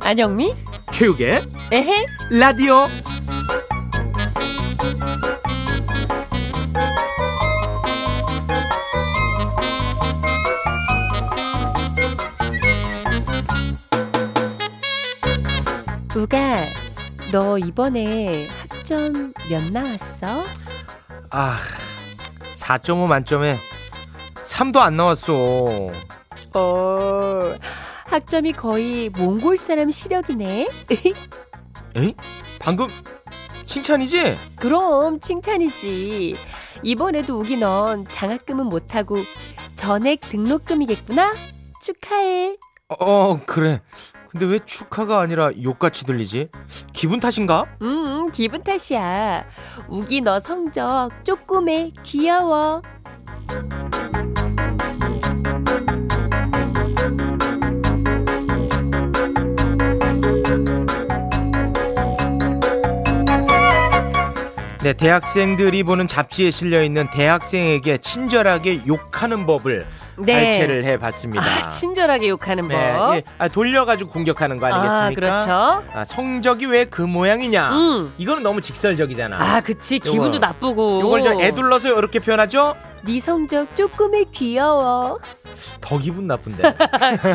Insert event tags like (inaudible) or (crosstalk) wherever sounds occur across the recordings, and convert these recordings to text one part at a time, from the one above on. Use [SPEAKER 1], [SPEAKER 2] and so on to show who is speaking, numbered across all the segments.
[SPEAKER 1] 안영미?
[SPEAKER 2] 체육의
[SPEAKER 1] 에헤?
[SPEAKER 2] 라디오
[SPEAKER 1] 우가, 너 이번에 학점 몇 나왔어?
[SPEAKER 2] 아 4.5 만점에 3도 안 나왔어
[SPEAKER 1] 어, 학점이 거의 몽골 사람 시력이네.
[SPEAKER 2] 방금 칭찬이지?
[SPEAKER 1] 그럼 칭찬이지. 이번에도 우기 넌 장학금은 못하고 전액 등록금이겠구나. 축하해.
[SPEAKER 2] 어 그래 근데 왜 축하가 아니라 욕같이 들리지? 기분 탓인가?
[SPEAKER 1] 음, 기분 탓이야. 우기 너 성적 쪼꼬매 귀여워.
[SPEAKER 2] 네, 대학생들이 보는 잡지에 실려 있는 대학생에게 친절하게 욕하는 법을 발췌를 해봤습니다.
[SPEAKER 1] 네. 아, 친절하게 욕하는
[SPEAKER 2] 네,
[SPEAKER 1] 법.
[SPEAKER 2] 예, 아, 돌려가지고 공격하는 거 아니겠습니까?
[SPEAKER 1] 아, 그렇죠.
[SPEAKER 2] 아, 성적이 왜 그 모양이냐?
[SPEAKER 1] 음.
[SPEAKER 2] 이거는 너무 직설적이잖아.
[SPEAKER 1] 아, 그치. 기분도
[SPEAKER 2] 요거.
[SPEAKER 1] 나쁘고.
[SPEAKER 2] 이걸 저 애둘러서 이렇게 표현하죠?
[SPEAKER 1] 네 성적 쪼꼬매 귀여워.
[SPEAKER 2] 더 기분 나쁜데.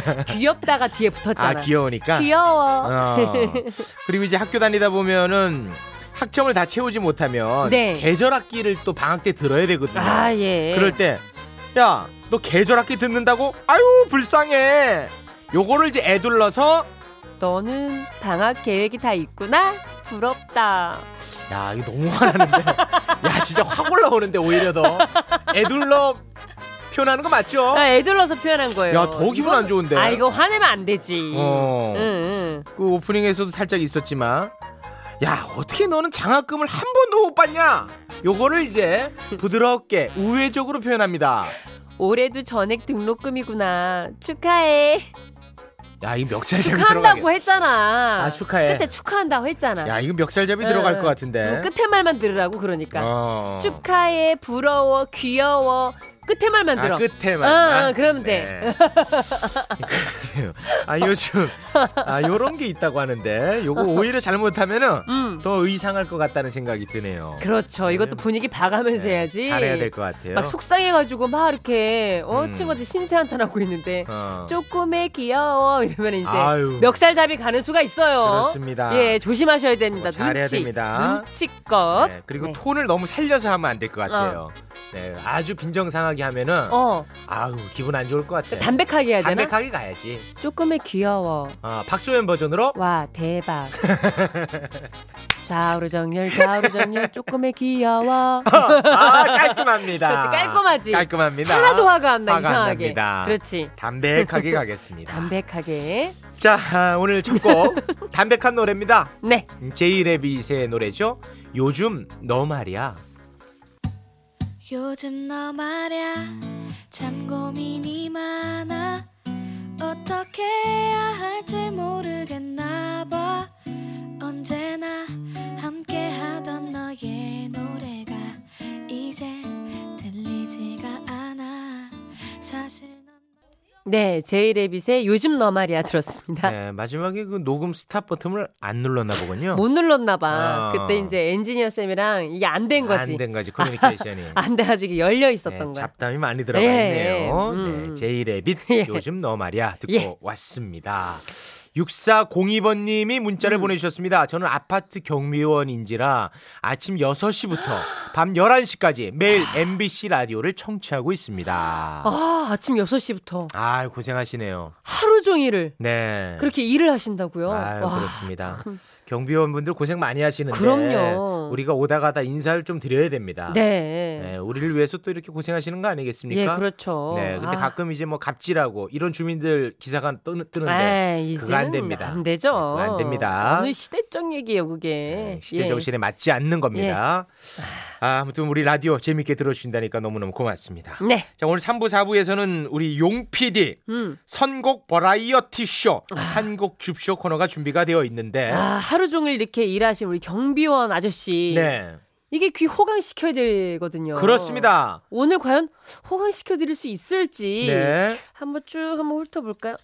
[SPEAKER 1] (laughs) 귀엽다가 뒤에
[SPEAKER 2] 아,
[SPEAKER 1] 붙었잖아.
[SPEAKER 2] 귀여우니까.
[SPEAKER 1] 귀여워.
[SPEAKER 2] 어. 그리고 이제 학교 다니다 보면은 학점을 다 채우지 못하면
[SPEAKER 1] 네.
[SPEAKER 2] 계절 학기를 또 방학 때 들어야 되거든요.
[SPEAKER 1] 아, 예.
[SPEAKER 2] 그럴 때, 야, 너 계절 학기 듣는다고? 아유, 불쌍해. 요거를 이제 애둘러서,
[SPEAKER 1] 너는 방학 계획이 다 있구나. 부럽다.
[SPEAKER 2] 야, 이거 너무
[SPEAKER 1] (laughs)
[SPEAKER 2] 화나는데. 야, 진짜 확 올라오는데, 오히려 더. 애둘러 표현하는 거 맞죠?
[SPEAKER 1] 아, 애들러서 표현한 거예요.
[SPEAKER 2] 어? 야, 더 기분 안 좋은데.
[SPEAKER 1] 아, 이거 화내면 안 되지.
[SPEAKER 2] 어.
[SPEAKER 1] 응, 응.
[SPEAKER 2] 그 오프닝에서도 살짝 있었지만, 야, 어떻게 너는 장학금을 한 번도 못 받냐? 요거를
[SPEAKER 1] (laughs)
[SPEAKER 2] 이제 부드럽게 우회적으로 표현합니다.
[SPEAKER 1] 올해도 전액 등록금이구나. 축하해.
[SPEAKER 2] (laughs) 야, 이 멱살잡이 들어가게.
[SPEAKER 1] 축하한다고 했잖아.
[SPEAKER 2] 아, 축하해.
[SPEAKER 1] 그때 축하한다고 했잖아.
[SPEAKER 2] 야, 이거 멱살잡이
[SPEAKER 1] 응,
[SPEAKER 2] 들어갈
[SPEAKER 1] 응.
[SPEAKER 2] 것 같은데.
[SPEAKER 1] 그럼 끝에 말만 들으라고 그러니까.
[SPEAKER 2] 어.
[SPEAKER 1] 축하해, 부러워, 귀여워. 끝에 말만 들어.
[SPEAKER 2] 아, 끝에만.
[SPEAKER 1] 어,
[SPEAKER 2] 아,
[SPEAKER 1] 어, 그러면
[SPEAKER 2] 네. 그래요. (laughs) 아, 요즘, 아, 요런 게 있다고
[SPEAKER 1] (laughs)
[SPEAKER 2] 하는데, 요거 오히려 잘못하면은
[SPEAKER 1] 음.
[SPEAKER 2] 더 의상할 것 같다는 생각이 드네요.
[SPEAKER 1] 그렇죠. 이것도 분위기 봐가면서
[SPEAKER 2] 네,
[SPEAKER 1] 해야지.
[SPEAKER 2] 잘해야 될 것 같아요.
[SPEAKER 1] 막 속상해가지고 막 이렇게 어
[SPEAKER 2] 음.
[SPEAKER 1] 친구한테 신세한탄하고 있는데
[SPEAKER 2] 어.
[SPEAKER 1] 쪼꼬매 귀여워 이러면 이제
[SPEAKER 2] 아유.
[SPEAKER 1] 멱살잡이 가는 수가 있어요.
[SPEAKER 2] 그렇습니다.
[SPEAKER 1] 예 조심하셔야 됩니다.
[SPEAKER 2] 어, 잘해야
[SPEAKER 1] 눈치,
[SPEAKER 2] 됩니다.
[SPEAKER 1] 눈치껏.
[SPEAKER 2] 네, 그리고
[SPEAKER 1] 네.
[SPEAKER 2] 톤을 너무 살려서 하면 안 될 것 같아요. 네, 아주 빈정상하게 하면은
[SPEAKER 1] 어
[SPEAKER 2] 아우 기분 안 좋을 것 같아.
[SPEAKER 1] 그러니까 담백하게 해야 되나?
[SPEAKER 2] 네. 담백하게 가야지.
[SPEAKER 1] 쪼꼬매 귀여워.
[SPEAKER 2] 아, 박소연 버전으로 (laughs)
[SPEAKER 1] 와 대박. 좌우로 정렬 좌우로 정렬 쪼꼬매 귀여워.
[SPEAKER 2] 아, 깔끔합니다.
[SPEAKER 1] 그렇지, 그렇죠. 깔끔하지.
[SPEAKER 2] 깔끔합니다.
[SPEAKER 1] 하나도 화가 안 나
[SPEAKER 2] 화가 안
[SPEAKER 1] 이상하게.
[SPEAKER 2] 납니다.
[SPEAKER 1] 그렇지.
[SPEAKER 2] 담백하게
[SPEAKER 1] (laughs)
[SPEAKER 2] 가겠습니다.
[SPEAKER 1] 담백하게.
[SPEAKER 2] 자, 아, 오늘 첫 곡 담백한 노래입니다.
[SPEAKER 1] 네.
[SPEAKER 2] 제이레빗의 노래죠. 요즘 너 말이야.
[SPEAKER 3] 요즘 너 말야 참 고민이 많아 어떻게 해야 할지 모르겠나 봐 언제나 함께 하던 너의 노래가 이제 들리지가 않아 사실 넌
[SPEAKER 1] 네, 제이레빗의 요즘 너 말이야 들었습니다.
[SPEAKER 2] 네, 마지막에 그 녹음 스탑 버튼을 안 눌렀나 보군요.
[SPEAKER 1] 못 눌렀나 봐.
[SPEAKER 2] 아.
[SPEAKER 1] 그때 이제 엔지니어 쌤이랑 이게 안 된 거지. 아,
[SPEAKER 2] 안된
[SPEAKER 1] (laughs)
[SPEAKER 2] 거지 커뮤니케이션이.
[SPEAKER 1] 안 돼가지고 이게 열려 있었던
[SPEAKER 2] 네,
[SPEAKER 1] 거야.
[SPEAKER 2] 잡담이 많이 들어가
[SPEAKER 1] 예,
[SPEAKER 2] 있네요.
[SPEAKER 1] 예, 음.
[SPEAKER 2] 네, 제이레빗
[SPEAKER 1] (laughs)
[SPEAKER 2] 요즘 너 말이야 듣고
[SPEAKER 1] 예.
[SPEAKER 2] 왔습니다. 6402번님이 문자를
[SPEAKER 1] 음.
[SPEAKER 2] 보내주셨습니다. 저는 아파트 경비원인지라
[SPEAKER 1] (gasps)
[SPEAKER 2] 아침 6시부터 밤 11시까지 매일 MBC 라디오를 청취하고 있습니다.
[SPEAKER 1] 아, 아침 6시부터
[SPEAKER 2] 아 고생하시네요.
[SPEAKER 1] 하루 종일을
[SPEAKER 2] 네.
[SPEAKER 1] 그렇게 일을 하신다고요?
[SPEAKER 2] 아유,
[SPEAKER 1] 와,
[SPEAKER 2] 그렇습니다.
[SPEAKER 1] 참.
[SPEAKER 2] 경비원분들 고생 많이 하시는데
[SPEAKER 1] 그럼요.
[SPEAKER 2] 우리가 오다 가다 인사를 좀 드려야 됩니다.
[SPEAKER 1] 네.
[SPEAKER 2] 네, 우리를 위해서 또 이렇게 고생하시는 거 아니겠습니까?
[SPEAKER 1] 예, 그렇죠.
[SPEAKER 2] 네, 근데
[SPEAKER 1] 아.
[SPEAKER 2] 가끔 이제 뭐 갑질하고 이런 주민들 기사가 뜨는,
[SPEAKER 1] 아,
[SPEAKER 2] 뜨는데
[SPEAKER 1] 이제는
[SPEAKER 2] 그거 안 됩니다. 네,
[SPEAKER 1] 안 되죠.
[SPEAKER 2] 그거 안 됩니다.
[SPEAKER 1] 오늘 시대적 얘기예요, 예. 그게. 예.
[SPEAKER 2] 네, 시대 정신에 맞지 않는 겁니다. 아, 아무튼 우리 라디오 재밌게 들어주신다니까 너무너무 고맙습니다.
[SPEAKER 1] 예. 네.
[SPEAKER 2] 자, 오늘 3부 4부에서는 우리 용 PD
[SPEAKER 1] 음.
[SPEAKER 2] 선곡 버라이어티 쇼 한국 줍쇼 코너가 준비가 되어 있는데
[SPEAKER 1] 아, 예. 하루 종일 이렇게 일하신 우리 경비원 아저씨.
[SPEAKER 2] 네.
[SPEAKER 1] 이게 귀 호강시켜야 되거든요.
[SPEAKER 2] 그렇습니다.
[SPEAKER 1] 오늘 과연 호강시켜 드릴 수 있을지
[SPEAKER 2] 네.
[SPEAKER 1] 한번 쭉 한번 훑어볼까요?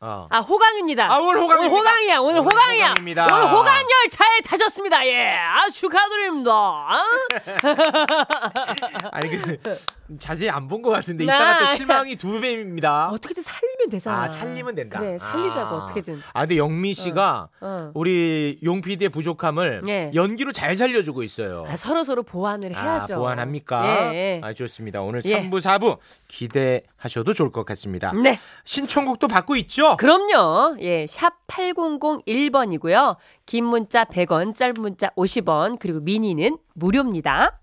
[SPEAKER 2] 어.
[SPEAKER 1] 아 호강입니다.
[SPEAKER 2] 아, 오늘 호강입니다.
[SPEAKER 1] 오늘 호강이야. 오늘,
[SPEAKER 2] 오늘
[SPEAKER 1] 호강이야.
[SPEAKER 2] 호강입니다.
[SPEAKER 1] 오늘 호강 열차에 타셨습니다. 예, 아 축하드립니다. 아?
[SPEAKER 2] 아니 그
[SPEAKER 1] (laughs)
[SPEAKER 2] 자세히 안 본 것 같은데
[SPEAKER 1] 네.
[SPEAKER 2] 이따가 또 실망이 두 배입니다.
[SPEAKER 1] 어떻게든 살리면 되잖아.
[SPEAKER 2] 아 살리면 된다.
[SPEAKER 1] 그래, 살리자고
[SPEAKER 2] 아.
[SPEAKER 1] 어떻게든.
[SPEAKER 2] 아 근데 영미 씨가
[SPEAKER 1] 어.
[SPEAKER 2] 우리 용 PD의 부족함을
[SPEAKER 1] 예.
[SPEAKER 2] 연기로 잘 살려주고 있어요.
[SPEAKER 1] 아, 서로 서로 보완을 해야죠.
[SPEAKER 2] 아, 보완합니까?
[SPEAKER 1] 예, 예.
[SPEAKER 2] 아, 좋습니다. 오늘
[SPEAKER 1] 예.
[SPEAKER 2] 3부, 4부 기대하셔도 좋을 것 같습니다.
[SPEAKER 1] 네.
[SPEAKER 2] 신청곡도 받고 있죠?
[SPEAKER 1] 그럼요. 예, 샵 8001번이고요. 긴 문자 100원, 짧은 문자 50원, 그리고 미니는 무료입니다.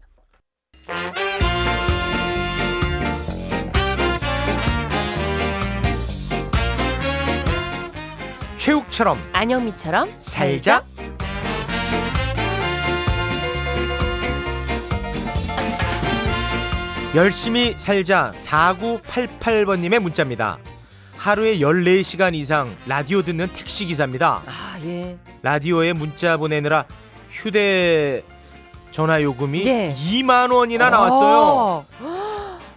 [SPEAKER 2] 최욱처럼
[SPEAKER 1] 안영미처럼
[SPEAKER 2] 살자. 열심히 살자 4988번님의 문자입니다. 하루에 14시간 이상 라디오 듣는 택시기사입니다.
[SPEAKER 1] 아, 예.
[SPEAKER 2] 라디오에 문자 보내느라 휴대 전화 요금이
[SPEAKER 1] 네.
[SPEAKER 2] 2만 원이나 나왔어요.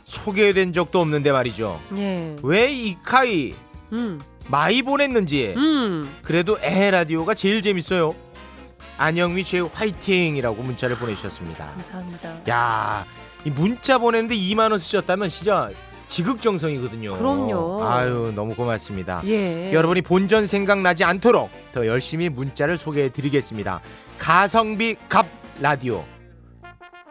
[SPEAKER 2] 소개된 적도 없는데 말이죠.
[SPEAKER 1] 어, 예.
[SPEAKER 2] 왜 이카이
[SPEAKER 1] 음.
[SPEAKER 2] 많이 보냈는지
[SPEAKER 1] 음.
[SPEAKER 2] 그래도 에 라디오가 제일 재밌어요. 안영미 최 화이팅이라고 문자를 보내주셨습니다.
[SPEAKER 1] 감사합니다.
[SPEAKER 2] 야, 이 문자 보냈는데 2만 원 쓰셨다면 진짜 지극정성이거든요.
[SPEAKER 1] 그럼요.
[SPEAKER 2] 아유, 너무 고맙습니다.
[SPEAKER 1] 예.
[SPEAKER 2] 여러분이 본전 생각나지 않도록 더 열심히 문자를 소개해 드리겠습니다. 가성비 갑 라디오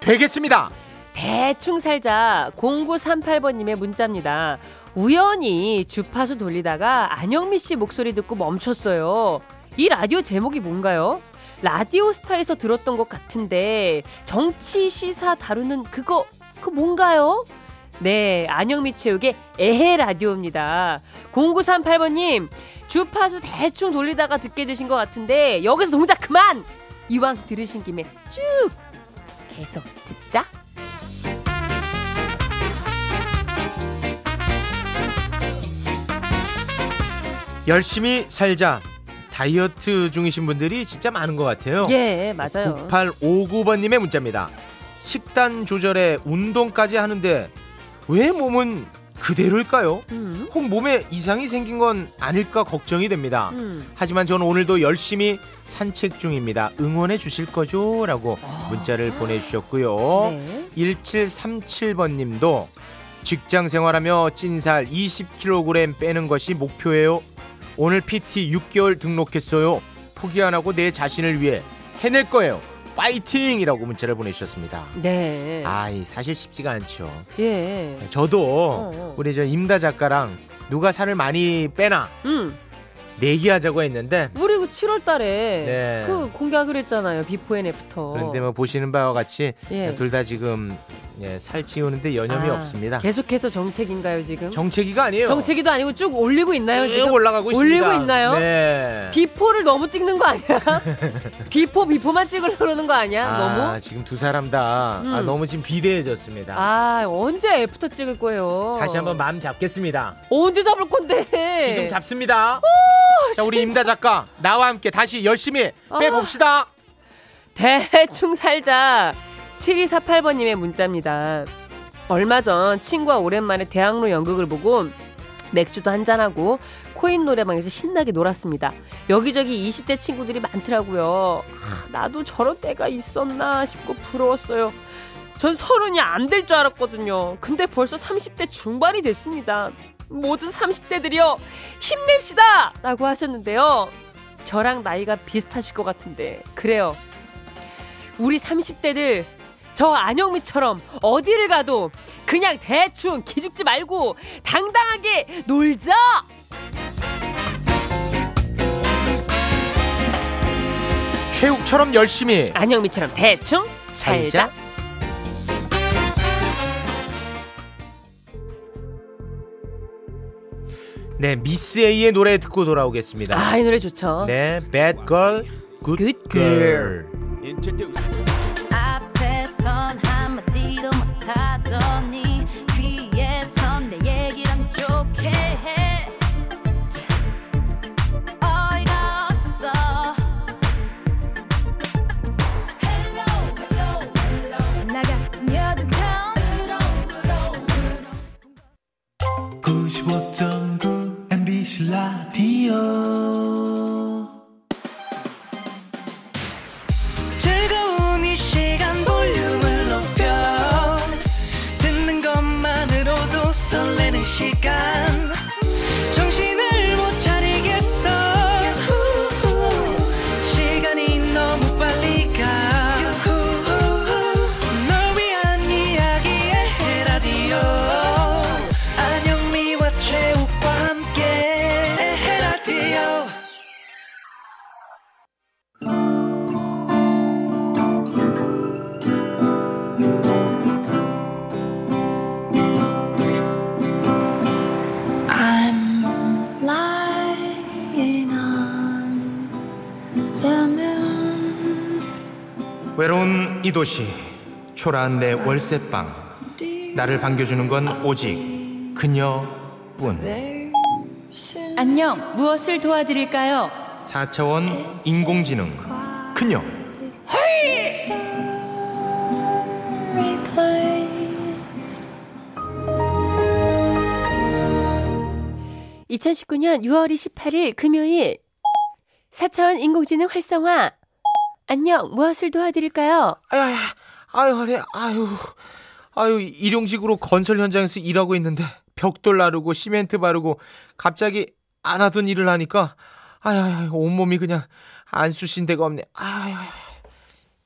[SPEAKER 2] 되겠습니다.
[SPEAKER 1] 대충 살자 0938번님의 문자입니다. 우연히 주파수 돌리다가 안영미 씨 목소리 듣고 멈췄어요. 이 라디오 제목이 뭔가요? 라디오 스타에서 들었던 것 같은데 정치 시사 다루는 그거 그 뭔가요? 네, 안영미 체육의 에헤 라디오입니다. 0938번님, 주파수 대충 돌리다가 듣게 되신 것 같은데, 여기서 동작 그만! 이왕 들으신 김에 쭉 계속 듣자.
[SPEAKER 2] 열심히 살자. 다이어트 중이신 분들이 진짜 많은 것 같아요.
[SPEAKER 1] 예, 맞아요.
[SPEAKER 2] 9859번님의 문자입니다. 식단 조절에 운동까지 하는데 왜 몸은 그대로일까요?
[SPEAKER 1] 음.
[SPEAKER 2] 혹 몸에 이상이 생긴 건 아닐까 걱정이 됩니다.
[SPEAKER 1] 음.
[SPEAKER 2] 하지만 저는 오늘도 열심히 산책 중입니다. 응원해 주실 거죠? 라고 문자를 보내주셨고요.
[SPEAKER 1] 아. 네.
[SPEAKER 2] 1737번 님도 직장 생활하며 찐살 20kg 빼는 것이 목표예요. 오늘 PT 6개월 등록했어요. 포기 안 하고 내 자신을 위해 해낼 거예요. 파이팅! 이라고 문자를 보내주셨습니다.
[SPEAKER 1] 네.
[SPEAKER 2] 아, 네. 이 사실 쉽지가 않죠.
[SPEAKER 1] 예.
[SPEAKER 2] 저도
[SPEAKER 1] 어.
[SPEAKER 2] 우리 저 임다 작가랑 누가 살을 많이 빼나
[SPEAKER 1] 음.
[SPEAKER 2] 내기하자고 했는데
[SPEAKER 1] 우리 그 7월 달에
[SPEAKER 2] 네.
[SPEAKER 1] 그 공개하기로 했잖아요. 비포 앤 애프터.
[SPEAKER 2] 그런데 뭐 보시는 바와 같이
[SPEAKER 1] 예.
[SPEAKER 2] 둘 다 지금 예, 살 찌우는데 여념이
[SPEAKER 1] 아,
[SPEAKER 2] 없습니다.
[SPEAKER 1] 계속해서 정책인가요, 지금?
[SPEAKER 2] 정체기가 아니에요.
[SPEAKER 1] 정책이도 아니고 쭉 올리고 있나요,
[SPEAKER 2] 쭉
[SPEAKER 1] 지금?
[SPEAKER 2] 올라가고
[SPEAKER 1] 올리고
[SPEAKER 2] 있습니다.
[SPEAKER 1] 있나요?
[SPEAKER 2] 네.
[SPEAKER 1] 비포를 너무 찍는 거
[SPEAKER 2] (laughs)
[SPEAKER 1] 아니야? 비포 비포만 찍으려고 그러는 거 아니야?
[SPEAKER 2] 아,
[SPEAKER 1] 너무?
[SPEAKER 2] 지금 두 사람 다 아,
[SPEAKER 1] 음.
[SPEAKER 2] 너무 지금 비대해졌습니다.
[SPEAKER 1] 아, 언제 애프터 찍을 거예요?
[SPEAKER 2] 다시 한번 마음 잡겠습니다.
[SPEAKER 1] 언제 잡을 건데?
[SPEAKER 2] 지금 잡습니다. 자, 우리 임다 작가 나와 함께 다시 열심히
[SPEAKER 1] 아.
[SPEAKER 2] 빼봅시다.
[SPEAKER 1] 대충 살자. 7248번님의 문자입니다. 얼마 전 친구와 오랜만에 대학로 연극을 보고 맥주도 한잔하고 코인 노래방에서 신나게 놀았습니다. 여기저기 20대 친구들이 많더라고요. 아, 나도 저런 때가 있었나 싶고 부러웠어요. 전 서른이 안 될 줄 알았거든요. 근데 벌써 30대 중반이 됐습니다. 모든 30대들이요. 힘냅시다! 라고 하셨는데요. 저랑 나이가 비슷하실 것 같은데. 그래요. 우리 30대들 저 안영미처럼 어디를 가도 그냥 대충 기죽지 말고 당당하게 놀자.
[SPEAKER 2] 최욱처럼 열심히
[SPEAKER 1] 안영미처럼 대충 살자.
[SPEAKER 2] 살자. 네, 미스 A의 노래 듣고 돌아오겠습니다.
[SPEAKER 1] 아 이 노래 좋죠.
[SPEAKER 2] 네, Bad Girl, Good,
[SPEAKER 1] Good
[SPEAKER 2] Girl.
[SPEAKER 1] Girl.
[SPEAKER 4] 앞에선 한마디도 못하더니 뒤에선 내 얘기랑 좋게 해 참, 어이가 없어 Hello Hello Hello 나 같은 여든 참 울어 울어 울어
[SPEAKER 5] 95.9 MBC 라디오 시간 정신을 못 차리겠어 시간이 너무 빨리 가널 위한 이야기의 라디오 안영미와 최욱과 함께 라디오
[SPEAKER 6] I'm lying on the moon.
[SPEAKER 2] 외로운 이 도시 초라한 내 월세방 나를 반겨주는 건 오직 그녀뿐
[SPEAKER 4] 안녕, 무엇을 도와드릴까요?
[SPEAKER 2] 4차원 인공지능
[SPEAKER 7] 네.
[SPEAKER 2] 그녀
[SPEAKER 6] Replace
[SPEAKER 1] 2019년 6월 28일 금요일 4차원 인공지능 활성화 안녕 무엇을 도와드릴까요?
[SPEAKER 2] 아유 아유, 아유 허리 아유 아유 일용직으로 건설 현장에서 일하고 있는데 벽돌 나르고 시멘트 바르고 갑자기 안 하던 일을 하니까 아유 아유 온몸이 그냥 안 쑤신 데가 없네 아유 아유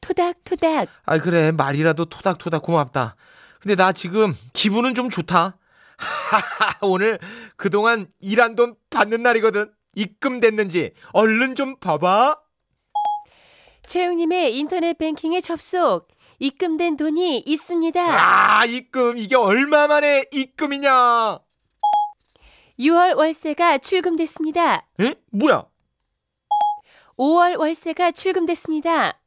[SPEAKER 1] 토닥토닥
[SPEAKER 2] 아 그래 말이라도 토닥토닥 고맙다. 근데 나 지금 기분은 좀 좋다. (laughs) 오늘 그동안 일한 돈 받는 날이거든. 입금됐는지 얼른 좀 봐봐.
[SPEAKER 1] 최영님의 인터넷 뱅킹에 접속 입금된 돈이 있습니다.
[SPEAKER 2] 아 입금 이게 얼마 만에 입금이냐?
[SPEAKER 1] 6월 월세가 출금됐습니다.
[SPEAKER 2] 에? 뭐야?
[SPEAKER 1] 5월 월세가 출금됐습니다.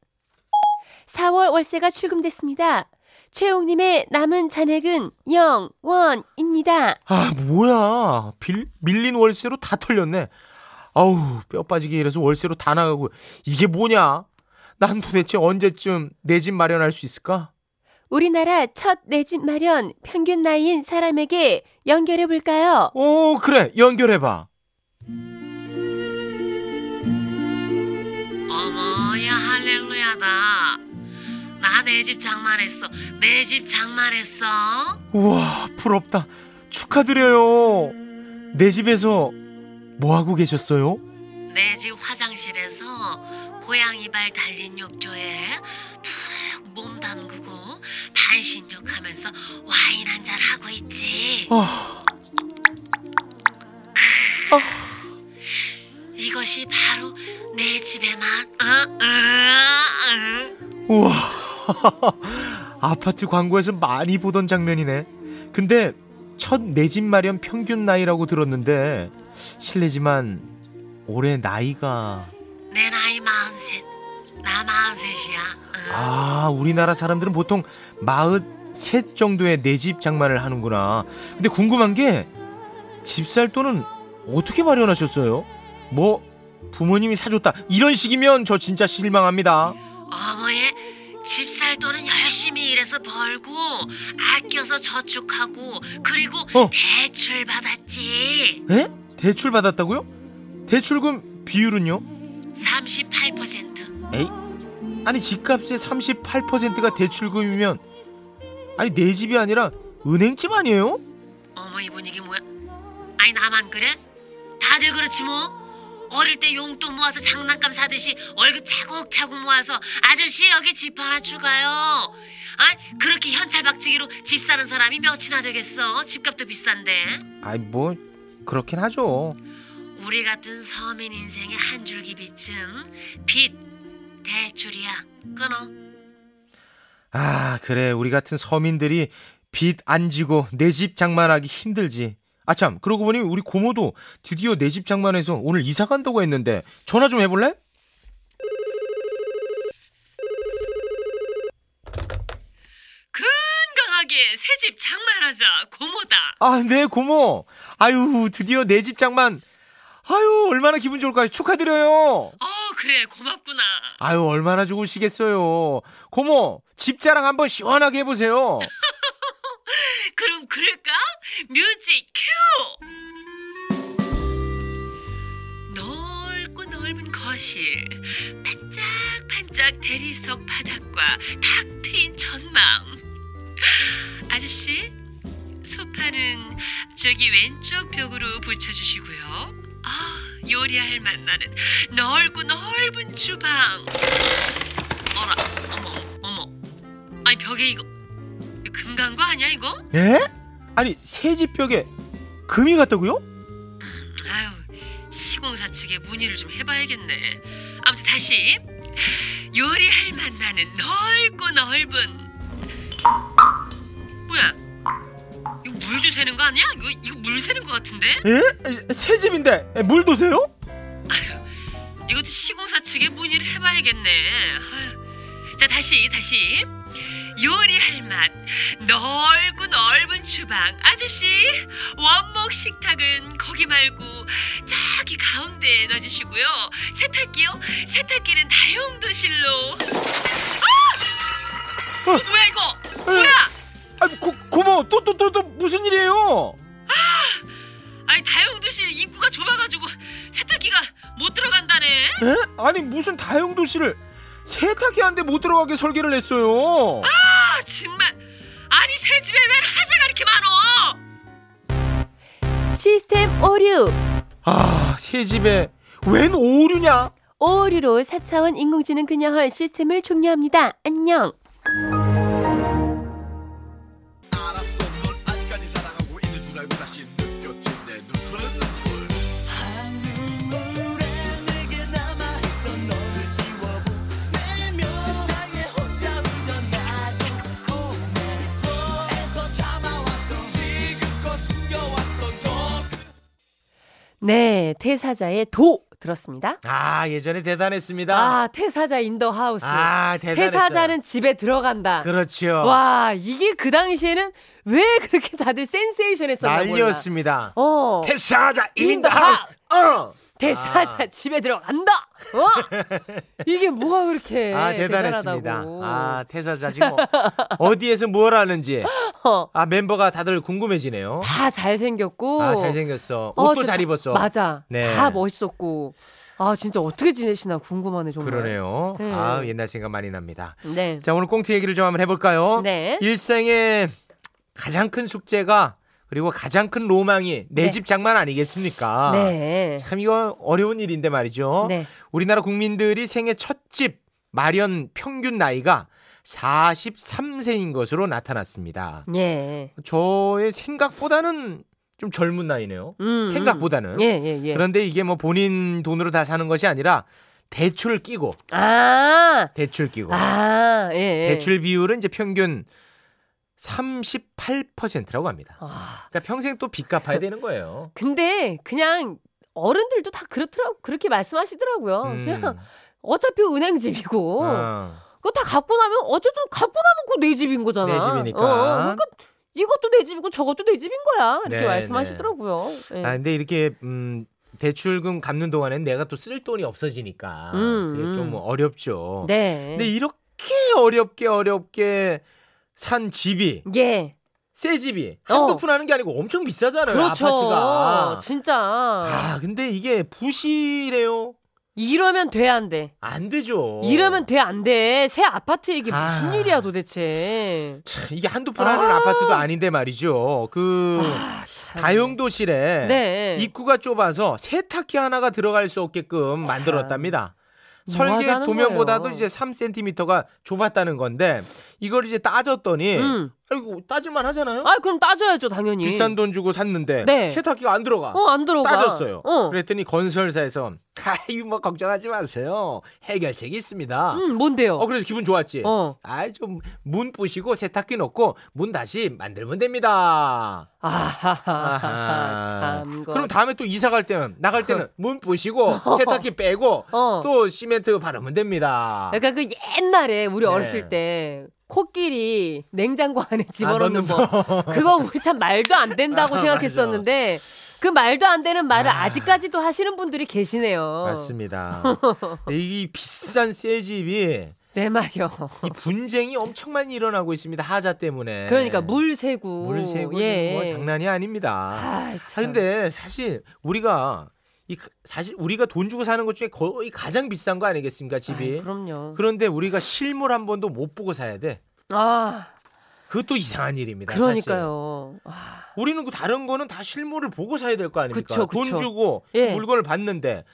[SPEAKER 1] 4월 월세가 출금됐습니다. 최용님의 남은 잔액은 0 원입니다.
[SPEAKER 2] 아 뭐야? 빌, 밀린 월세로 다 털렸네. 아우 뼈 빠지게 일해서 월세로 다 나가고 이게 뭐냐? 난 도대체 언제쯤 내 집 마련할 수 있을까?
[SPEAKER 1] 우리나라 첫 내 집 마련 평균 나이인 사람에게 연결해 볼까요?
[SPEAKER 2] 오 그래 연결해봐.
[SPEAKER 7] 어머야 할렐루야다. 나 내 집 장만했어. 내 집 장만했어.
[SPEAKER 2] 우와 부럽다 축하드려요 내 집에서 뭐하고 계셨어요?
[SPEAKER 7] 내 집 화장실에서 고양이 발 달린 욕조에 푹 몸 담그고 반신욕하면서 와인 한잔 하고 있지.
[SPEAKER 2] 아,
[SPEAKER 7] 이것이 바로 내 집의 맛. 어, 어, 어.
[SPEAKER 2] 우와 아파트 광고에서 많이 보던 장면이네 근데 첫 내 집 마련 평균 나이라고 들었는데 실례지만 올해 나이가
[SPEAKER 7] 내 나이 마흔셋. 나 마흔셋이야. 어.
[SPEAKER 2] 아 우리나라 사람들은 보통 마흔 셋 정도의 내 집 장만을 하는구나 근데 궁금한 게 집살 돈은 어떻게 마련하셨어요? 뭐 부모님이 사줬다 이런 식이면 저 진짜 실망합니다
[SPEAKER 7] 어머에 집 살 돈은 열심히 일해서 벌고 아껴서 저축하고 그리고
[SPEAKER 2] 어.
[SPEAKER 7] 대출 받았지
[SPEAKER 2] 에? 대출 받았다고요? 대출금 비율은요?
[SPEAKER 7] 38%
[SPEAKER 2] 아니 집값의 38%가 대출금이면 아니 내 집이 아니라 은행집 아니에요?
[SPEAKER 7] 어머 이 분위기 뭐야 아니 나만 그래? 다들 그렇지 뭐 어릴 때 용돈 모아서 장난감 사듯이 월급 차곡차곡 모아서 아저씨 여기 집 하나 추가요 아 그렇게 현찰박치기로 집 사는 사람이 몇이나 되겠어 집값도 비싼데
[SPEAKER 2] 아이 뭐 그렇긴 하죠
[SPEAKER 7] 우리 같은 서민 인생의 한 줄기 빛은 빚 대출이야 끊어
[SPEAKER 2] 아, 그래. 우리 같은 서민들이 빚 안 지고 내 집 장만하기 힘들지. 아, 참. 그러고 보니 우리 고모도 드디어 내 집 장만해서 오늘 이사 간다고 했는데 전화 좀 해볼래?
[SPEAKER 7] 건강하게 새 집 장만하자 고모다
[SPEAKER 2] 아, 네, 고모. 아유, 드디어 내 집 장만. 아유, 얼마나 기분 좋을까요? 축하드려요.
[SPEAKER 7] 어 그래 고맙구나
[SPEAKER 2] 아유, 얼마나 좋으시겠어요. 고모, 집 자랑 한번 시원하게 해보세요.
[SPEAKER 7] 그럼 그럴까 뮤직 큐 넓고 넓은 거실 반짝반짝 대리석 바닥과 탁 트인 전망 아저씨 소파는 저기 왼쪽 벽으로 붙여주시고요. 아, 요리할 맛 나는 넓고 넓은 주방. 어라, 어머, 어머. 아니 벽에 이거 금간거 아니야 이거?
[SPEAKER 2] 에? 아니 새집벽에 금이 갔다고요?
[SPEAKER 7] 아유 시공사 측에 문의를 좀 해봐야겠네. 아무튼 다시 요리할 맛 나는 넓고 넓은 뭐야? 이거 물도 새는 거 아니야? 이거 이거 물 새는 거 같은데?
[SPEAKER 2] 에? 새집인데 에, 물 도세요?
[SPEAKER 7] 이것도 시공사 측에 문의를 해봐야겠네. 아유. 자 다시 다시 요리할 맛 넓고 넓은 주방 아저씨 원목 식탁은 거기 말고 저기 가운데 넣어주시고요 세탁기요 세탁기는 다용도실로. 아! 어, 뭐야 이거? 뭐야?
[SPEAKER 2] 아, 고, 고마워. 또, 또, 또, 또 무슨 일이에요?
[SPEAKER 7] 아니 다용도실 입구가 좁아가지고 세탁기가 못 들어간다네.
[SPEAKER 2] 에? 아니, 무슨 다용도시를 세탁기 한 대 못 들어가게 설계를 했어요.
[SPEAKER 7] 아 정말 아니 새 집에 웬 하자가 이렇게 많어?
[SPEAKER 1] 시스템 오류.
[SPEAKER 2] 아, 새 집에 웬 오류냐?
[SPEAKER 1] 오류로 4차원 인공지능 그녀헐 시스템을 종료합니다. 안녕. 네, 태사자의 도 들었습니다.
[SPEAKER 2] 아, 예전에 대단했습니다.
[SPEAKER 1] 아, 태사자 인더 하우스.
[SPEAKER 2] 아, 대단했어요.
[SPEAKER 1] 태사자는 집에 들어간다.
[SPEAKER 2] 그렇죠.
[SPEAKER 1] 와, 이게 그 당시에는 왜 그렇게 다들 센세이션했었나 몰라.
[SPEAKER 2] 난리였습니다.
[SPEAKER 1] 어.
[SPEAKER 2] 태사자
[SPEAKER 1] In the house.
[SPEAKER 2] 어.
[SPEAKER 1] 대사자 집에 들어간다. 어?
[SPEAKER 2] (laughs)
[SPEAKER 1] 이게 뭐가 그렇게
[SPEAKER 2] 아, 대단했습니다.
[SPEAKER 1] 네, 대단하다고.
[SPEAKER 2] 아, 태사자 지금 (laughs) 어- 어디에서 뭘 하는지.
[SPEAKER 1] 어.
[SPEAKER 2] 아, 멤버가 다들 궁금해지네요.
[SPEAKER 1] 다 잘생겼고.
[SPEAKER 2] 아, 잘생겼어.
[SPEAKER 1] 어,
[SPEAKER 2] 옷도
[SPEAKER 1] 저
[SPEAKER 2] 잘
[SPEAKER 1] 다-
[SPEAKER 2] 입었어.
[SPEAKER 1] 맞아.
[SPEAKER 2] 네.
[SPEAKER 1] 다 멋있었고. 아, 진짜 어떻게 지내시나 궁금하네, 정말.
[SPEAKER 2] 그러네요.
[SPEAKER 1] 네.
[SPEAKER 2] 아, 옛날 생각 많이 납니다.
[SPEAKER 1] 네.
[SPEAKER 2] 자, 오늘 꽁트 얘기를 좀 한번 해볼까요?
[SPEAKER 1] 네.
[SPEAKER 2] 일생의 가장 큰 숙제가 그리고 가장 큰 로망이 내
[SPEAKER 1] 네.
[SPEAKER 2] 집 장만 아니겠습니까?
[SPEAKER 1] 네.
[SPEAKER 2] 참 이거 어려운 일인데 말이죠.
[SPEAKER 1] 네.
[SPEAKER 2] 우리나라 국민들이 생애 첫 집 마련 평균 나이가 43세인 것으로 나타났습니다.
[SPEAKER 1] 예.
[SPEAKER 2] 저의 생각보다는 좀 젊은 나이네요.
[SPEAKER 1] 음, 음.
[SPEAKER 2] 생각보다는.
[SPEAKER 1] 예, 예, 예.
[SPEAKER 2] 그런데 이게 뭐 본인 돈으로 다 사는 것이 아니라 대출 끼고
[SPEAKER 1] 아,
[SPEAKER 2] 대출 끼고
[SPEAKER 1] 아, 예. 예.
[SPEAKER 2] 대출 비율은 이제 평균 38%라고 합니다.
[SPEAKER 1] 아,
[SPEAKER 2] 그러니까 평생 또 빚 갚아야 되는 거예요.
[SPEAKER 1] 근데 그냥 어른들도 다 그렇더라고 그렇게 말씀하시더라고요.
[SPEAKER 2] 음.
[SPEAKER 1] 어, 그냥 어차피 은행 집이고
[SPEAKER 2] 어.
[SPEAKER 1] 그거 다 갚고 나면 어쨌든 갚고 나면 그거 내 집인 거잖아.
[SPEAKER 2] 내 집이니까.
[SPEAKER 1] 어, 그러니까 이것도 내 집이고 저것도 내 집인 거야. 이렇게
[SPEAKER 2] 네,
[SPEAKER 1] 말씀하시더라고요. 예.
[SPEAKER 2] 아 근데 이렇게 음 대출금 갚는 동안엔 내가 또 쓸 돈이 없어지니까
[SPEAKER 1] 음,
[SPEAKER 2] 그래서
[SPEAKER 1] 음.
[SPEAKER 2] 좀 어렵죠.
[SPEAKER 1] 네.
[SPEAKER 2] 근데 이렇게 어렵게 어렵게 산 집이
[SPEAKER 1] 예.
[SPEAKER 2] 새 집이
[SPEAKER 1] 어.
[SPEAKER 2] 한두 푼 하는 게 아니고 엄청 비싸잖아요.
[SPEAKER 1] 그렇죠.
[SPEAKER 2] 아파트가.
[SPEAKER 1] 진짜.
[SPEAKER 2] 아 근데 이게 부실해요.
[SPEAKER 1] 이러면 돼 안 돼.
[SPEAKER 2] 안 되죠.
[SPEAKER 1] 이러면 돼 안 돼. 새 아파트 이게 무슨
[SPEAKER 2] 어. 아.
[SPEAKER 1] 일이야 도대체.
[SPEAKER 2] 참, 이게 한두 푼 하는 아~ 파트도 아닌데 말이죠. 그
[SPEAKER 1] 아, 참.
[SPEAKER 2] 다용도실에
[SPEAKER 1] 네.
[SPEAKER 2] 입구가 좁아서 세탁기 하나가 들어갈 수 없게끔 만들었답니다.
[SPEAKER 1] 뭐
[SPEAKER 2] 설계
[SPEAKER 1] 하자는
[SPEAKER 2] 도면보다도
[SPEAKER 1] 거예요?
[SPEAKER 2] 이제 3cm가 좁았다는 건데 이걸 이제 따졌더니
[SPEAKER 1] 음.
[SPEAKER 2] 아이고 따질만 하잖아요.
[SPEAKER 1] 아 그럼 따져야죠 당연히.
[SPEAKER 2] 비싼 돈 주고 샀는데
[SPEAKER 1] 네.
[SPEAKER 2] 세탁기가 안 들어가.
[SPEAKER 1] 어안 들어가.
[SPEAKER 2] 따졌어요.
[SPEAKER 1] 어.
[SPEAKER 2] 그랬더니 건설사에서 (laughs) 아유 뭐 걱정하지 마세요. 해결책이 있습니다.
[SPEAKER 1] 음 뭔데요?
[SPEAKER 2] 어 그래서 기분 좋았지.
[SPEAKER 1] 어.
[SPEAKER 2] 아이 좀 문 부시고 세탁기 넣고 문 다시 만들면 됩니다.
[SPEAKER 1] 아하하하.
[SPEAKER 2] 아하.
[SPEAKER 1] 참. 거.
[SPEAKER 2] 그럼 다음에 또 이사 갈 때는 나갈 때는
[SPEAKER 1] (laughs)
[SPEAKER 2] 문 부시고 세탁기 빼고
[SPEAKER 1] 어.
[SPEAKER 2] 또 시멘트 바르면 됩니다.
[SPEAKER 1] 약간 그 옛날에 우리
[SPEAKER 2] 네.
[SPEAKER 1] 어렸을 때 코끼리 냉장고 안에
[SPEAKER 2] 넣는
[SPEAKER 1] 집어넣는 거 그거 우리 참 말도 안 된다고
[SPEAKER 2] 아,
[SPEAKER 1] 생각했었는데 그 말도 안 되는 말을
[SPEAKER 2] 아.
[SPEAKER 1] 아... 직까지도 하시는 분들이 계시네요.
[SPEAKER 2] (laughs) 맞습니다. 네, 이 비싼 새 집이
[SPEAKER 1] 내 네, 말이요.
[SPEAKER 2] 이 분쟁이 엄청 많이 일어나고 있습니다. 하자 때문에.
[SPEAKER 1] 그러니까 물 세고
[SPEAKER 2] 네.
[SPEAKER 1] 예.
[SPEAKER 2] 물 세고 지금 뭐 장난이 아닙니다.
[SPEAKER 1] 아,
[SPEAKER 2] 아, 근데 사실 우리가 이 가- 사실 우리가 돈 주고 사는 것 중에 거의 가장 비싼 거 아니겠습니까 집이?
[SPEAKER 1] 그럼요.
[SPEAKER 2] 그런데 우리가 실물 한 번도 못 보고 사야 돼.
[SPEAKER 1] 아
[SPEAKER 2] 그것도 이상한 일입니다. 네, 사실.
[SPEAKER 1] 그러니까요. 아,
[SPEAKER 2] 우리는 그 다른 거는 다 실물을 보고 사야 될 거 아닙니까?
[SPEAKER 1] 그쵸, 그쵸.
[SPEAKER 2] 돈 주고
[SPEAKER 1] 예.
[SPEAKER 2] 물건을 봤는데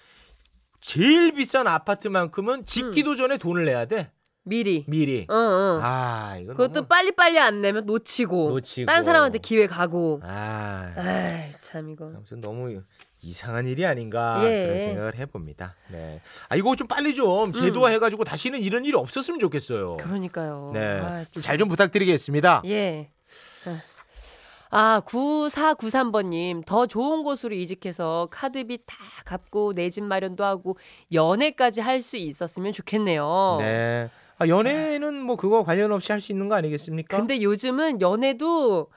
[SPEAKER 2] 제일 비싼 아파트만큼은 짓기도 전에 돈을 내야 돼
[SPEAKER 1] 미리.
[SPEAKER 2] 미리.
[SPEAKER 1] 음. 어, 어.
[SPEAKER 2] 아 이건
[SPEAKER 1] 그것도
[SPEAKER 2] 너무-
[SPEAKER 1] 빨리빨리 안 내면 놓치고,
[SPEAKER 2] 놓치고.
[SPEAKER 1] 딴 사람한테 기회 가고.
[SPEAKER 2] 아
[SPEAKER 1] 에이, 참 이거.
[SPEAKER 2] 아무튼 너무 이상한 일이 아닌가
[SPEAKER 1] 예. 음.
[SPEAKER 2] 그런 생각을 해봅니다. 네. 아 이거 좀 빨리 좀 제도화해가지고 다시는 이런 일이 없었으면 좋겠어요.
[SPEAKER 1] 그러니까요. 아,
[SPEAKER 2] 네.
[SPEAKER 1] 참.
[SPEAKER 2] 잘 좀 부탁드리겠습니다.
[SPEAKER 1] 예. 아, 9493번님, 더 좋은 곳으로 이직해서 카드비 다 갚고 내 집 마련도 하고 연애까지 할 수 있었으면 좋겠네요.
[SPEAKER 2] 네. 아, 연애는 뭐 그거 관련 없이 할 수 있는 거 아니겠습니까?
[SPEAKER 1] 근데 요즘은 연애도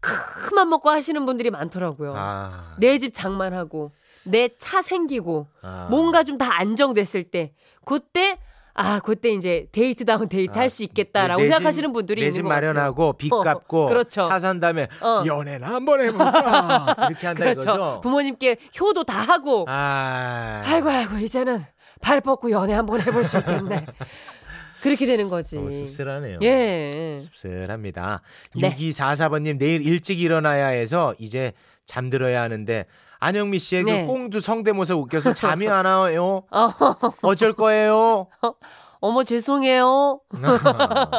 [SPEAKER 1] 큰맘 먹고 하시는 분들이 많더라고요.
[SPEAKER 2] 아,
[SPEAKER 1] 내 집 장만하고, 내 차 생기고,
[SPEAKER 2] 아.
[SPEAKER 1] 뭔가 좀 다 안정됐을 때, 그때, 아, 그때 이제 데이트다운 데이트 할 수 있겠다라고
[SPEAKER 2] 아, 내 집-
[SPEAKER 1] 생각하시는 분들이
[SPEAKER 2] 내
[SPEAKER 1] 있는
[SPEAKER 2] 집
[SPEAKER 1] 것 같아요.
[SPEAKER 2] 마련하고 빚
[SPEAKER 1] 어,
[SPEAKER 2] 갚고
[SPEAKER 1] (laughs) 그렇죠.
[SPEAKER 2] 차 산 다음에
[SPEAKER 1] 어.
[SPEAKER 2] 연애나
[SPEAKER 1] (laughs)
[SPEAKER 2] 한번 해볼까 이렇게 한다
[SPEAKER 1] 그렇죠.
[SPEAKER 2] 이거죠.
[SPEAKER 1] 부모님께 효도 다 하고,
[SPEAKER 2] 아,
[SPEAKER 1] 아이고 아이고 이제는 발 뻗고 연애 한번 해볼 수
[SPEAKER 2] (laughs)
[SPEAKER 1] 있겠네. 그렇게 되는 거지.
[SPEAKER 2] 너무 씁쓸하네요.
[SPEAKER 1] 예.
[SPEAKER 2] 씁쓸합니다.
[SPEAKER 1] 네.
[SPEAKER 2] 6244번님 내일 일찍 일어나야 해서 이제 잠들어야 하는데 안영미 씨의
[SPEAKER 1] 네.
[SPEAKER 2] 그 꽁두 성대모사 웃겨서 잠이 안 와요.
[SPEAKER 1] (laughs) 어, (laughs)
[SPEAKER 2] 어쩔 거예요?
[SPEAKER 1] 어머 죄송해요. (laughs)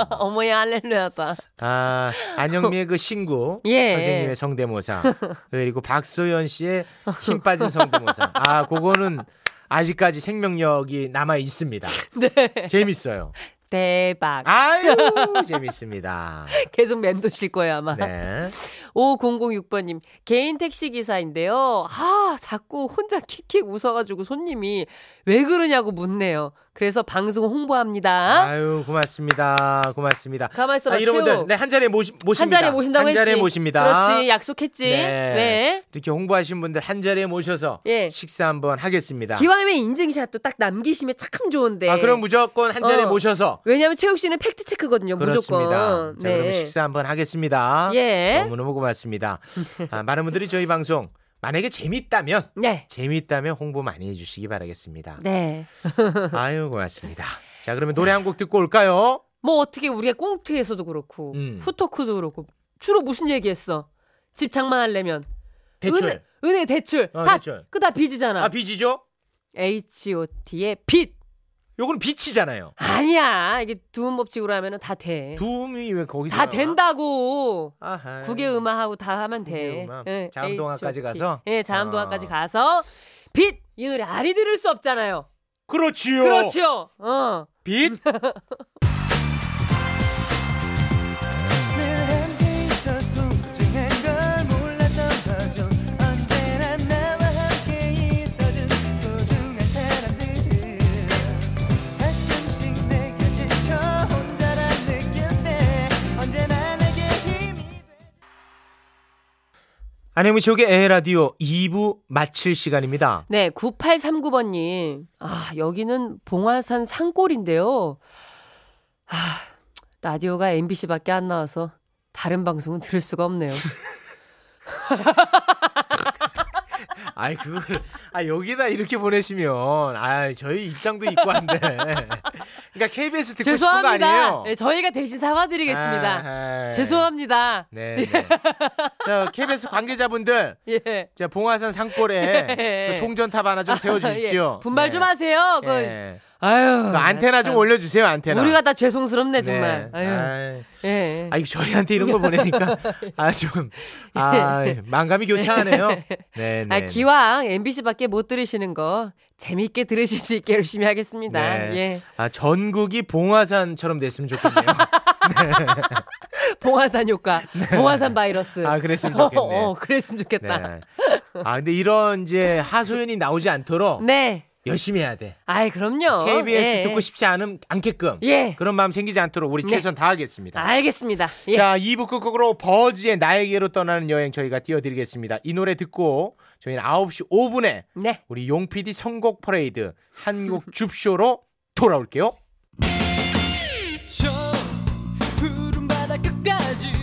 [SPEAKER 1] 어머야 할렐루야다.
[SPEAKER 2] 아, 안영미의 그 신구
[SPEAKER 1] (laughs) 예.
[SPEAKER 2] 선생님의 성대모사 그리고 박소연 씨의 힘 빠진 성대모사. 아, 그거는 아직까지 생명력이 남아 있습니다.
[SPEAKER 1] (laughs) 네.
[SPEAKER 2] 재밌어요.
[SPEAKER 1] 대박.
[SPEAKER 2] 아유,
[SPEAKER 1] (laughs)
[SPEAKER 2] 재밌습니다.
[SPEAKER 1] 계속 맴도실 거예요 아마.
[SPEAKER 2] 네.
[SPEAKER 1] 5006번님 개인 택시 기사인데요. 아 자꾸 혼자 킥킥 웃어가지고 손님이 왜 그러냐고 묻네요. 그래서 방송 홍보합니다.
[SPEAKER 2] 아유, 고맙습니다. 고맙습니다.
[SPEAKER 1] 가만 있어봐.
[SPEAKER 2] 아, 이런 분들
[SPEAKER 1] 쭉.
[SPEAKER 2] 네, 한 자리에 모시, 모십니다.
[SPEAKER 1] 한 자리에 모신다고
[SPEAKER 2] 한 자리에
[SPEAKER 1] 했지.
[SPEAKER 2] 모십니다.
[SPEAKER 1] 그렇지 약속했지.
[SPEAKER 2] 네.
[SPEAKER 1] 네.
[SPEAKER 2] 이렇게 홍보하신 분들 한 자리에 모셔서
[SPEAKER 1] 예.
[SPEAKER 2] 식사 한번 하겠습니다.
[SPEAKER 1] 기왕이면 인증샷도 딱 남기시면 참 좋은데.
[SPEAKER 2] 아, 그럼 무조건 한 자리에
[SPEAKER 1] 어.
[SPEAKER 2] 모셔서
[SPEAKER 1] 왜냐면 체육 씨는 팩트 체크거든요.
[SPEAKER 2] 그렇습니다.
[SPEAKER 1] 무조건. 네.
[SPEAKER 2] 자, 그러면 식사 한번 하겠습니다.
[SPEAKER 1] 예.
[SPEAKER 2] 너무너무 고맙습니다. 아, 많은 분들이 저희 방송 만약에 재밌다면
[SPEAKER 1] 네.
[SPEAKER 2] 재밌다면 홍보 많이 해주시기 바라겠습니다.
[SPEAKER 1] 네.
[SPEAKER 2] 아유 고맙습니다. 자 그러면 노래 한 곡 듣고 올까요?
[SPEAKER 1] 뭐 어떻게 우리가 꽁트에서도 그렇고
[SPEAKER 2] 음.
[SPEAKER 1] 후토크도 그렇고 주로 무슨 얘기했어? 집 장만하려면
[SPEAKER 2] 대출.
[SPEAKER 1] 은행, 은행 대출
[SPEAKER 2] 어,
[SPEAKER 1] 다
[SPEAKER 2] 대출.
[SPEAKER 1] 그다 빚이잖아.
[SPEAKER 2] 아 빚이죠?
[SPEAKER 1] H.O.T의 빚
[SPEAKER 2] 요거는 빚이잖아요.
[SPEAKER 1] 아니야 이게 두음 법칙으로 하면은 다 돼.
[SPEAKER 2] 도움이 왜 거기
[SPEAKER 1] 네. 다 된다고.
[SPEAKER 2] 아하.
[SPEAKER 1] 국외음화하고 다 하면 돼.
[SPEAKER 2] 네. 국외음화.
[SPEAKER 1] 예,
[SPEAKER 2] 자암동화까지
[SPEAKER 1] H.O.T.
[SPEAKER 2] 가서?
[SPEAKER 1] 예, 자암동화까지
[SPEAKER 2] 아.
[SPEAKER 1] 가서 빛! 이 노래 아리 들을 수 없잖아요.
[SPEAKER 2] 그렇지요.
[SPEAKER 1] 그렇죠. 어.
[SPEAKER 2] 빚.
[SPEAKER 5] 늘 함께 있어 소중한 걸 몰랐던 거죠 언제나 나와 함께 있어준 소중한 사람들 가끔씩 내게 지쳐 혼자란 느낄 때 언제나 내게 힘이 돼
[SPEAKER 2] 안혜미 쇼의 에라디오 2부 마칠 시간입니다.
[SPEAKER 1] 네, 9839번님. 아, 여기는 봉화산 산골인데요. 아, 라디오가 MBC밖에 안 나와서 다른 방송은 들을 수가 없네요.
[SPEAKER 2] 아이 그걸 아 여기다 이렇게 보내시면 아 저희 입장도 있고 한데 그러니까 KBS 듣고 싶은 거
[SPEAKER 1] 죄송합니다.
[SPEAKER 2] 아니에요?
[SPEAKER 1] 네, 저희가 대신 사과드리겠습니다.
[SPEAKER 2] 아하. 예.
[SPEAKER 1] 죄송합니다.
[SPEAKER 2] 네. 네. 자 KBS 관계자분들
[SPEAKER 1] 예.
[SPEAKER 2] 자 봉화산
[SPEAKER 1] (laughs)
[SPEAKER 2] 산골에 그 송전탑 하나 좀 세워주십시오.
[SPEAKER 1] 예, 분발
[SPEAKER 2] 네.
[SPEAKER 1] 좀 하세요. 그
[SPEAKER 2] 예.
[SPEAKER 1] 아유.
[SPEAKER 2] 그 안테나 좀
[SPEAKER 1] 참.
[SPEAKER 2] 올려주세요 안테나.
[SPEAKER 1] 우리가 다 죄송스럽네 정말.
[SPEAKER 2] 네.
[SPEAKER 1] 아유.
[SPEAKER 2] 아이.
[SPEAKER 1] 예.
[SPEAKER 2] 아, 이거 저희한테 이런 걸 보내니까, 아, 좀,
[SPEAKER 1] (laughs)
[SPEAKER 2] 아, 만감이 교차하네요. 네, 네.
[SPEAKER 1] 예. 아, 기왕 MBC밖에 못 들으시는 거 재미있게 들으실 수 있게 열심히 하겠습니다.
[SPEAKER 2] 네. 아, 전국이 봉화산처럼
[SPEAKER 1] (laughs)
[SPEAKER 2] 됐으면 좋겠네요.
[SPEAKER 1] 예. 봉화산
[SPEAKER 2] (laughs)
[SPEAKER 1] 효과, 봉화산 바이러스.
[SPEAKER 2] 네. 아, 그랬으면
[SPEAKER 1] (laughs)
[SPEAKER 2] 좋겠네.
[SPEAKER 1] 어, 어, 그랬으면 좋겠다.
[SPEAKER 2] 네. 아 근데 이런 이제 하소연이 나오지 않도록
[SPEAKER 1] 네.
[SPEAKER 2] 열심히 해야 돼.
[SPEAKER 1] 아이 그럼요.
[SPEAKER 2] KBS
[SPEAKER 1] 예.
[SPEAKER 2] 듣고 싶지 않음 않게끔
[SPEAKER 1] 예.
[SPEAKER 2] 그런 마음 생기지 않도록 우리
[SPEAKER 1] 네.
[SPEAKER 2] 최선 다하겠습니다.
[SPEAKER 1] 알겠습니다. 예.
[SPEAKER 2] 자, 2부 끝곡으로 버즈의 나에게로 떠나는 여행 저희가 띄워드리겠습니다. 이 노래 듣고 저희는 9시 5분에
[SPEAKER 1] 네.
[SPEAKER 2] 우리 용PD 선곡 퍼레이드 한국 줍쇼로 돌아올게요.
[SPEAKER 5] 저 푸른 바다 끝까지